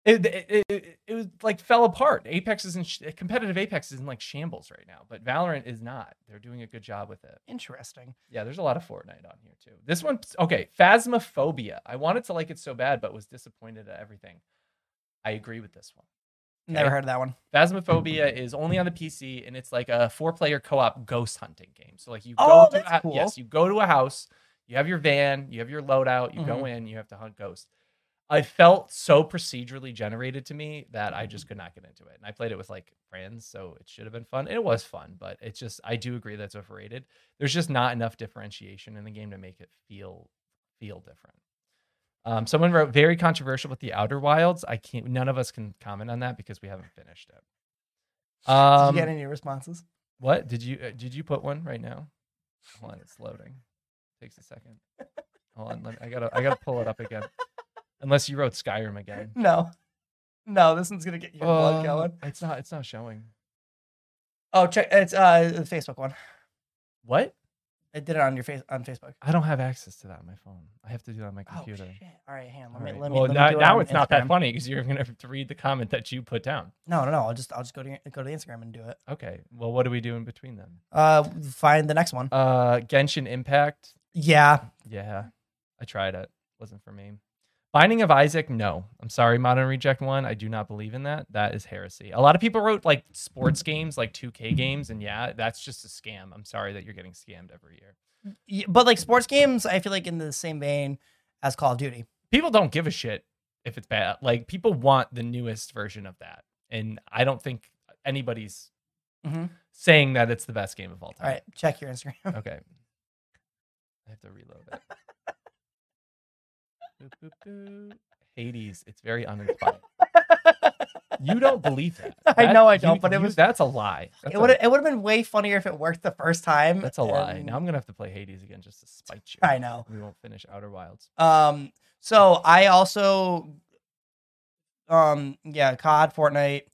S1: It, it, it, it was like fell apart. Apex is in sh- competitive. Apex is in like shambles right now, but Valorant is not. They're doing a good job with it.
S2: Interesting.
S1: Yeah, there's a lot of Fortnite on here too. This one, okay, Phasmophobia. I wanted to like it so bad, but was disappointed at everything. I agree with this one.
S2: Never
S1: Okay.
S2: heard of that one.
S1: Phasmophobia is only on the PC, and it's like a four-player co-op ghost hunting game. So like you go
S2: Oh,
S1: to
S2: that's
S1: a,
S2: cool.
S1: yes, you go to a house, you have your van, you have your loadout, you
S2: Mm-hmm.
S1: go in, you have to hunt ghosts. I felt so procedurally generated to me that I just could not get into it. And I played it with like friends, so it should have been fun. It was fun, but it's just I do agree that's overrated. There's just not enough differentiation in the game to make it feel feel different. Um, someone wrote very controversial with the Outer Wilds. I can't. None of us can comment on that because we haven't finished it.
S2: Did
S1: Um,
S2: you get any responses?
S1: what did you uh, did you put one right now? Hold on, it's loading. Takes a second. Hold on, let me, I gotta I gotta pull it up again. Unless you wrote Skyrim again.
S2: No. No, this one's gonna get your blood
S1: Uh,
S2: going.
S1: It's not. It's not showing.
S2: Oh, check it's uh the Facebook one.
S1: What?
S2: I did it on your face on Facebook.
S1: I don't have access to that on my phone. I have to do that on my computer.
S2: Oh shit! All right, hang on. Let
S1: All
S2: me
S1: right.
S2: let me.
S1: well,
S2: let me
S1: now,
S2: do it
S1: now
S2: on
S1: it's not that
S2: Instagram.
S1: funny because you're going to have to read the comment that you put down.
S2: No, no, no. I'll just I'll just go to your- go to Instagram and do it.
S1: Okay. Well, what do we do in between then?
S2: Uh, find the next one.
S1: Uh, Genshin Impact.
S2: Yeah,
S1: Yeah, I tried it. Wasn't for me. Binding of Isaac. No, I'm sorry, Modern Reject One. I do not believe in that. That is heresy. A lot of people wrote like sports games, like 2K games, and yeah, that's just a scam. I'm sorry that you're getting scammed every year.
S2: Y- but like sports games, I feel like in the same vein as Call of Duty.
S1: People don't give a shit if it's bad. Like people want the newest version of that, and I don't think anybody's
S2: Mhm.
S1: saying that it's the best game of all
S2: All
S1: time.
S2: right, check your Instagram.
S1: Okay. I have to reload it. Boop, boop, boop. Hades, it's very uninspiring. You don't believe that.
S2: I
S1: That-
S2: know I
S1: you-
S2: don't, but it
S1: you-
S2: was-
S1: that's a lie. That's,
S2: It
S1: a,
S2: would it would have been way funnier if it worked the first time.
S1: that's a lie.
S2: and-
S1: Now I'm gonna have to play Hades again just to spite you.
S2: um, I know.
S1: We won't finish Outer Wilds.
S2: Um, so I also, um, yeah, COD, Fortnite,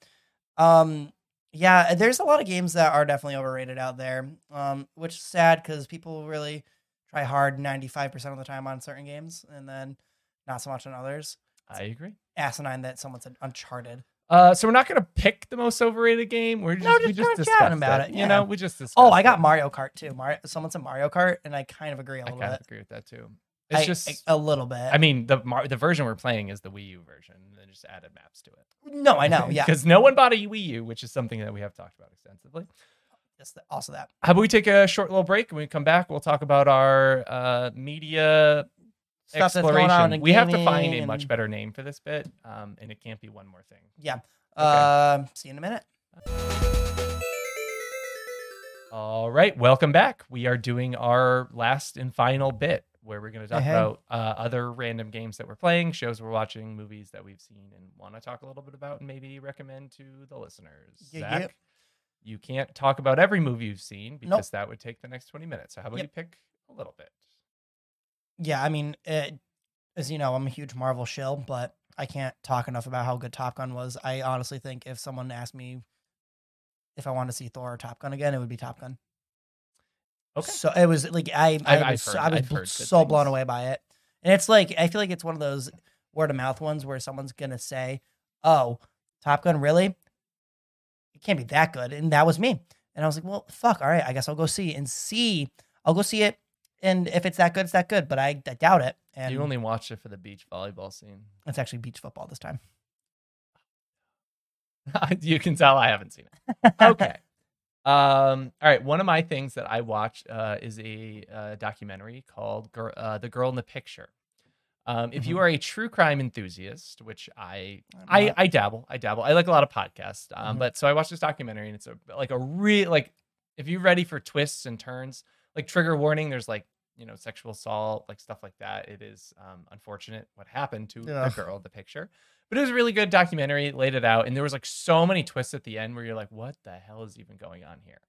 S2: um, yeah, there's a lot of games that are definitely overrated out there, um, which is sad because people really try hard 95% of the time on certain games and then not so much on others.
S1: I agree.
S2: Asinine that someone said Uncharted.
S1: Uh, so we're not gonna pick the most overrated game. We're just,
S2: No,
S1: we just
S2: just kinda
S1: discussed
S2: chatting about
S1: it.
S2: it,
S1: You
S2: yeah.
S1: know, we just discussed.
S2: Oh, I got
S1: it.
S2: Mario Kart too. Mario, someone said Mario Kart, and I kind of agree a
S1: I
S2: little
S1: kind of
S2: bit.
S1: agree with that too. It's
S2: I- oh,
S1: just. I,
S2: a little bit.
S1: mean, the Mar- the version we're playing is the Wii U version. They just added maps to it.
S2: no, I know. Yeah,
S1: Because no one bought a Wii U, which is something that we have talked about extensively.
S2: Just the- also that.
S1: How about we take a short little break? When we come back, we'll talk about our uh, media
S2: Stuff that's
S1: exploration.
S2: going on in
S1: we have to find a
S2: gaming
S1: much
S2: and-
S1: better name for this bit, um, and it can't be one more thing.
S2: Yeah.
S1: Okay.
S2: Um, see you in a minute.
S1: All right, welcome back. We are doing our last and final bit where we're going to talk
S2: Hey, hey.
S1: about uh, other random games that we're playing, shows we're watching, movies that we've seen and want to talk a little bit about and maybe recommend to the listeners.
S2: Yeah,
S1: Zach,
S2: yeah.
S1: you can't talk about every movie you've seen because that would take the next 20 minutes. So how about
S2: Yep.
S1: you pick a little bit?
S2: yeah, I mean, it, as you know, I'm a huge Marvel shill, but I can't talk enough about how good Top Gun was. I honestly think if someone asked me if I wanted to see Thor or Top Gun again, it would be Top Gun.
S1: Okay.
S2: So it was like I, I,
S1: I've-
S2: was,
S1: I've
S2: so-
S1: heard-
S2: I was
S1: I've
S2: bl-
S1: heard good
S2: so blown
S1: things.
S2: away by it, and it's like I feel like it's one of those word of mouth ones where someone's gonna say, "Oh, Top Gun, really? It can't be that good," and that was me. And I was like, "Well, fuck, all right, I guess I'll go see and see. I'll go see it, and if it's that good, it's that good. But I, I doubt it." And
S1: you only watched it for the beach volleyball scene.
S2: It's actually beach football this time.
S1: you can tell I haven't seen it. Okay. um. All right. One of my things that I watch uh, is a uh, documentary called Gir- uh, "The Girl in the Picture." Um, if you are a true crime enthusiast, which I
S2: I'm
S1: I,
S2: not-
S1: I dabble, I dabble. I like a lot of podcasts. Um,
S2: Mhm.
S1: but so I watched this documentary, and it's a, like a real like if you're ready for twists and turns, like trigger warning. There's like you know sexual assault, like stuff like that. It is um, unfortunate what happened to
S2: Yeah.
S1: the girl, in the picture. But it was a really good documentary. It laid it out, and there was like so many twists at the end where you're like, what the hell is even going on here?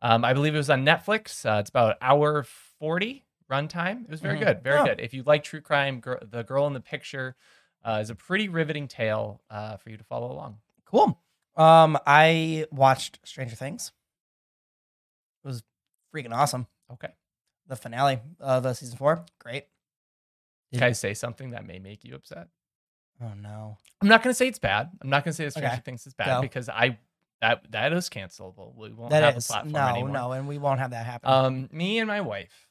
S1: Um, I believe it was on Netflix. Uh, it's about hour forty runtime. It was very
S2: Mhm.
S1: good, very
S2: Oh.
S1: good. If you like true crime, gir- the girl in the picture uh, is a pretty riveting tale uh, for you to follow along.
S2: cool. Um, I watched Stranger Things. It was freaking awesome.
S1: Okay.
S2: The finale of uh, season four, great.
S1: Can I say something that may make you upset?
S2: Oh no.
S1: I'm not going to say it's bad. I'm not going to say that Stranger
S2: Okay.
S1: Things is bad
S2: Go.
S1: because I that that is cancelable. We won't
S2: That
S1: have
S2: is
S1: a platform
S2: no,
S1: anymore.
S2: no, and we won't have that happen.
S1: Um, me and my wife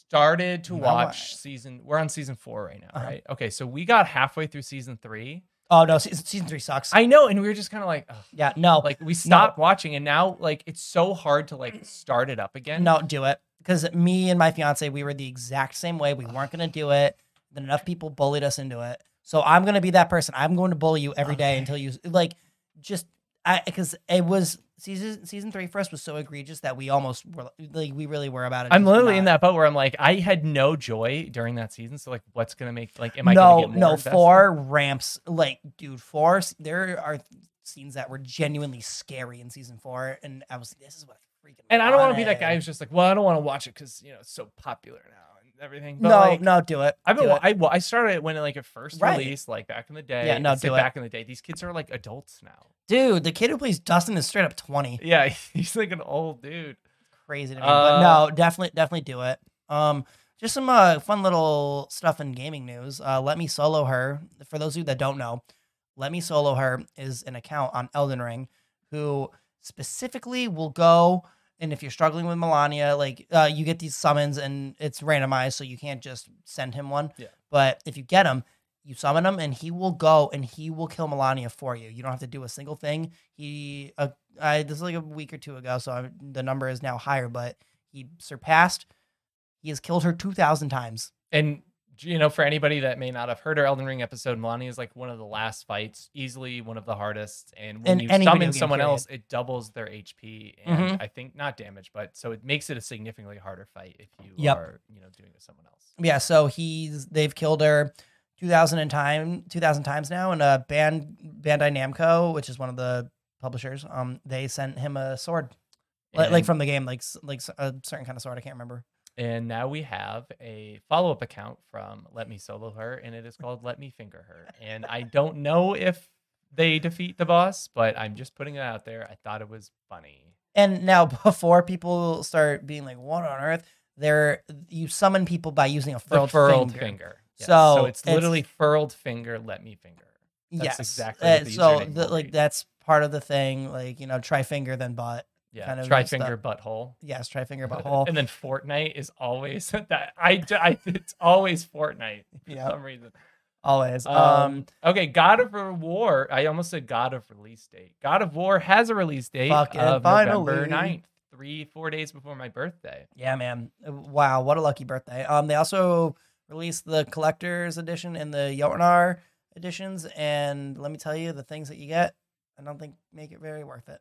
S1: started to
S2: My
S1: watch
S2: wife.
S1: season. We're on season four right now,
S2: Uh-huh.
S1: right? Okay, so we got halfway through season three.
S2: oh no, season, season three sucks.
S1: I know, and we were just kind of like, "Ugh."
S2: yeah, Oh. no,
S1: like we stopped watching, and now like it's so hard to like start it up again.
S2: no, do it because me and my fiance we were the exact same way. We weren't gonna do it. Then enough people bullied us into it. So I'm gonna be that person. I'm going to bully you every day
S1: Okay.
S2: until you like just I because it was season season three for us was so egregious that we almost were like we really were about it.
S1: I'm
S2: just
S1: literally in that
S2: not-
S1: boat where I'm like, I had no joy during that season. So like, what's gonna make like, am I
S2: no,
S1: gonna get more
S2: no,
S1: invested?
S2: four ramps. Like, dude, four. s- There are scenes that were genuinely scary in season four, and I was, this is what I freaking.
S1: And I don't want to be that guy
S2: wanted.
S1: who's just like, well, I don't want to watch it because you know it's so popular now. And everything. But
S2: No,
S1: like,
S2: no, do it.
S1: I've been,
S2: Do
S1: wa-
S2: it.
S1: I, well, I started it when it like it first
S2: Right.
S1: released, like back in the day.
S2: Yeah, no,
S1: I say
S2: do it.
S1: back in the day. These kids are like adults now.
S2: Dude, the kid who plays Dustin is straight up 20.
S1: Yeah, he's like an old dude.
S2: Crazy to me. but
S1: Uh,
S2: no, definitely, definitely do it. Um, just some uh, fun little stuff in gaming news. Uh, Let Me Solo Her. For those of you that don't know, Let Me Solo Her is an account on Elden Ring who specifically will go and if you're struggling with Melania, like uh, you get these summons and it's randomized, so you can't just send him one.
S1: Yeah.
S2: But if you get him, you summon him and he will go and he will kill Melania for you. You don't have to do a single thing. He, uh, I, this is like a week or two ago, so i the number is now higher, but he surpassed. He has killed her two thousand times.
S1: And you know, for anybody that may not have heard our Elden Ring episode, Melania is like one of the last fights, easily one of the hardest. And when
S2: In
S1: you
S2: any video
S1: summon
S2: game,
S1: someone
S2: period.
S1: else, it doubles their HP and
S2: Mm-hmm.
S1: I think not damage, but so it makes it a significantly harder fight if you
S2: Yep.
S1: are, you know, doing it with someone else.
S2: Yeah, so he's they've killed her two thousand and time two thousand times now, and uh, Band Bandai Namco, which is one of the publishers, um, they sent him a sword. like, like
S1: And-
S2: from the game, like s- like s- a certain kind of sword. I can't remember.
S1: And now we have a follow up account from Let Me Solo Her, and it is called Let Me Finger Her. And I don't know if they defeat the boss, but I'm just putting it out there. I thought it was funny.
S2: And now, before people start being like, "What on earth?" There, you summon people by using a
S1: The
S2: furled,
S1: furled
S2: finger.
S1: finger. Yes.
S2: So
S1: it's
S2: it's-
S1: literally furled finger, Let Me Finger. That's
S2: yes,
S1: exactly what
S2: Uh,
S1: the
S2: so
S1: username
S2: the,
S1: will
S2: like
S1: read.
S2: that's part of the thing. Like you know, try finger then butt.
S1: Yeah.
S2: kind of
S1: Try
S2: messed
S1: finger, butthole.
S2: Yes, try finger but hole.
S1: And then Fortnite is always that. I, ju- I it's always Fortnite for
S2: Yeah.
S1: some reason.
S2: always. Um,
S1: Um, okay, God of War. I almost said God of release date. God of War has a release date
S2: Fucking
S1: of November
S2: finally.
S1: 9th, three, four days before my birthday.
S2: yeah, man. Wow, what a lucky birthday. Um, they also released the collector's edition and the Jotnar editions, and let me tell you, the things that you get, I don't think make it very worth it.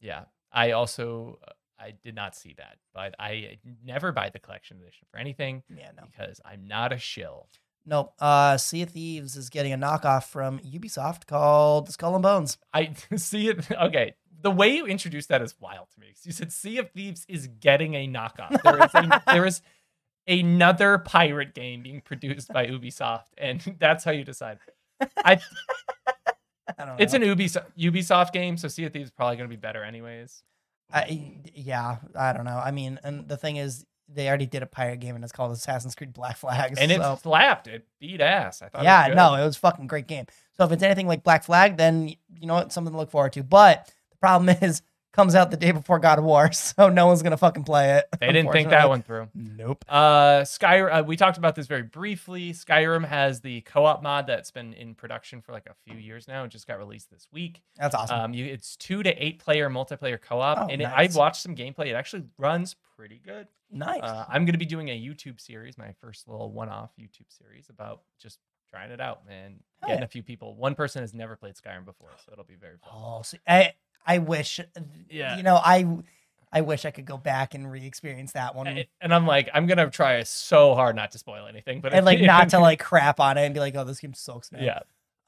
S1: Yeah. I also uh, I did not see that, but I never buy the collection edition for anything
S2: Yeah, no.
S1: because I'm not a shill.
S2: Nope. Uh, sea of Thieves is getting a knockoff from Ubisoft called Skull and Bones.
S1: I see it. Okay. The way you introduced that is wild to me. 'cause You said Sea of Thieves is getting a knockoff. There is, a, there is another pirate game being produced by Ubisoft, and that's how you decide. I
S2: I don't know.
S1: It's an Ubisoft, Ubisoft game, so Sea of Thieves is probably going to be better anyways.
S2: I, yeah, I don't know. I mean, and the thing is, they already did a pirate game and it's called Assassin's Creed Black Flags.
S1: And it
S2: so-
S1: slapped. It beat ass. I thought. it was
S2: yeah,
S1: good.
S2: no, it was a fucking great game. So if it's anything like Black Flag, then you know what, something to look forward to. But the problem is, comes out the day before God of War, so no one's gonna fucking play it.
S1: they didn't think that
S2: unfortunately.
S1: one through.
S2: Nope.
S1: Uh, Skyrim. Uh, we talked about this very briefly. Skyrim has the co-op mod that's been in production for like a few years now. It just got released this week.
S2: That's awesome.
S1: Um, you, it's two to eight player multiplayer co-op,
S2: Oh,
S1: and it,
S2: nice.
S1: I've watched some gameplay. It actually runs pretty good.
S2: nice.
S1: Uh, I'm going to be doing a YouTube series, my first little one-off YouTube series about just trying it out, man.
S2: Hell
S1: Getting
S2: yeah.
S1: a few people. One person has never played Skyrim before, so it'll be very fun.
S2: Oh, see, I I wish. uh,
S1: Yeah.
S2: You know, I I wish I could go back and re-experience that one
S1: A- And I'm like, I'm gonna try so hard not to spoil anything, but
S2: and like not to like crap on it and be like, oh, this game sucks now.
S1: yeah.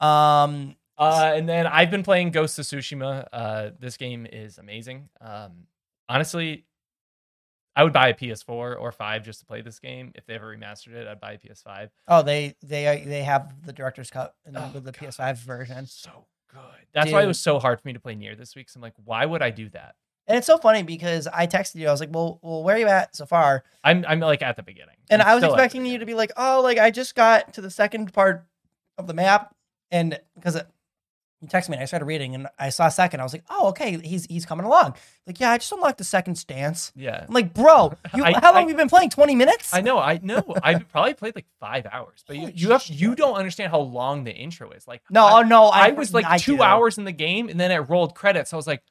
S2: Um.
S1: Uh, and then I've been playing Ghost of Tsushima. Uh, this game is amazing. Um, honestly, I would buy a PS4 or five just to play this game. If they ever remastered it, I'd buy a PS5.
S2: Oh, they they they have the director's cut in the,
S1: Oh,
S2: with the
S1: God.
S2: PS5 version.
S1: So good. That's why it
S2: Dude.
S1: was so hard for me to play near this week. 'cause I'm like, why would I do that?
S2: And it's so funny because I texted you. I was like, "Well, well, where are you at so far?"
S1: I'm I'm like at the beginning,
S2: And
S1: I'm
S2: I was
S1: still at the
S2: expecting you to
S1: beginning.
S2: be like, "Oh, like I just got to the second part of the map," and because it, you texted me, and I started reading, and I saw second. I was like, "Oh, okay, he's he's coming along." Like, yeah, I just unlocked the second stance.
S1: yeah.
S2: I'm like, "Bro, you,
S1: I-
S2: how long
S1: I-
S2: have you been playing? Twenty minutes?"
S1: I know, I know. I probably played like five hours, but you,
S2: Holy
S1: you have you
S2: shit.
S1: don't understand how long the intro is. Like
S2: no,
S1: I-
S2: oh no, I,
S1: I was like two
S2: do.
S1: hours in the game, and then it rolled credits. I was like,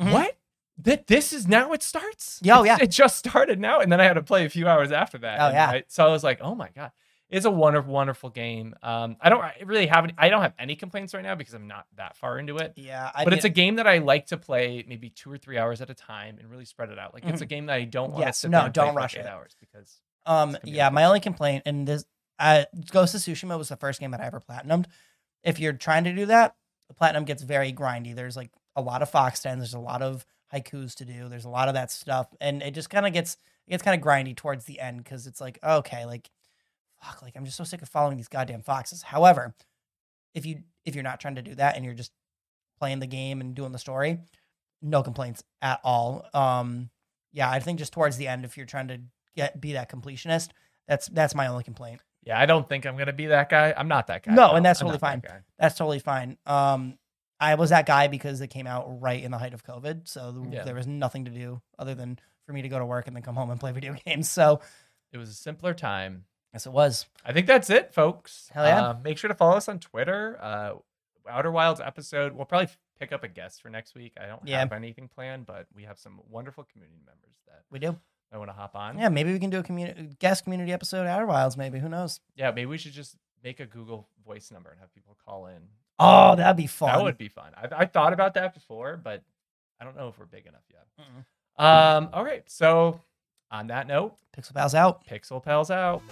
S2: Mhm.
S1: "What? That this is now it starts?
S2: Yeah, oh,
S1: It's-
S2: yeah.
S1: it just started now." And then I had to play a few hours after that.
S2: Oh,
S1: and
S2: yeah.
S1: I- so I was like, "Oh my god, it's a wonderful, wonderful game." Um, I don't I really have any, I don't have any complaints right now because I'm not that far into it.
S2: Yeah, I
S1: but it's a game that I like to play maybe two or three hours at a time and really spread it out. Like it's a game that I don't want
S2: Mm-hmm. Yes,
S1: to sit
S2: no,
S1: there and play
S2: don't
S1: for
S2: rush
S1: eight
S2: it.
S1: hours because
S2: Um,
S1: It's gonna be
S2: yeah, my only complaint, and this uh, Ghost of Tsushima was the first game that I ever platinumed. If you're trying to do that, the platinum gets very grindy. There's like a lot of fox dens. There's a lot of haikus to do. There's a lot of that stuff, and it just kind of gets it gets kind of grindy towards the end because it's like, okay, like fuck, like I'm just so sick of following these goddamn foxes. However, if you if you're not trying to do that and you're just playing the game and doing the story, no complaints at all. Um, yeah, I think just towards the end, if you're trying to get be that completionist, that's that's my only complaint.
S1: Yeah, I don't think I'm gonna be that guy. I'm not that guy.
S2: No, and that's
S1: I'm
S2: totally
S1: not that guy.
S2: That's totally fine. Um, I was that guy because it came out right in the height of COVID, so th-
S1: Yeah.
S2: there was nothing to do other than for me to go to work and then come home and play video games. So
S1: It was a simpler time.
S2: yes, it was.
S1: I think that's it, folks.
S2: Hell yeah.
S1: Uh, make sure to follow us on Twitter. Uh, Outer Wilds episode. We'll probably pick up a guest for next week. I don't
S2: Yeah.
S1: have anything planned, but we have some wonderful community members that
S2: We do.
S1: I want to hop on.
S2: Yeah, maybe we can do a community guest community episode of Outer Wilds. Maybe who knows?
S1: Yeah, maybe we should just make a Google voice number and have people call in.
S2: Oh, that'd be fun.
S1: That would be fun. I, I thought about that before, but I don't know if we're big enough yet.
S2: Mm-mm.
S1: Um, all right. So on that note,
S2: Pixel Pals out.
S1: Pixel Pals out.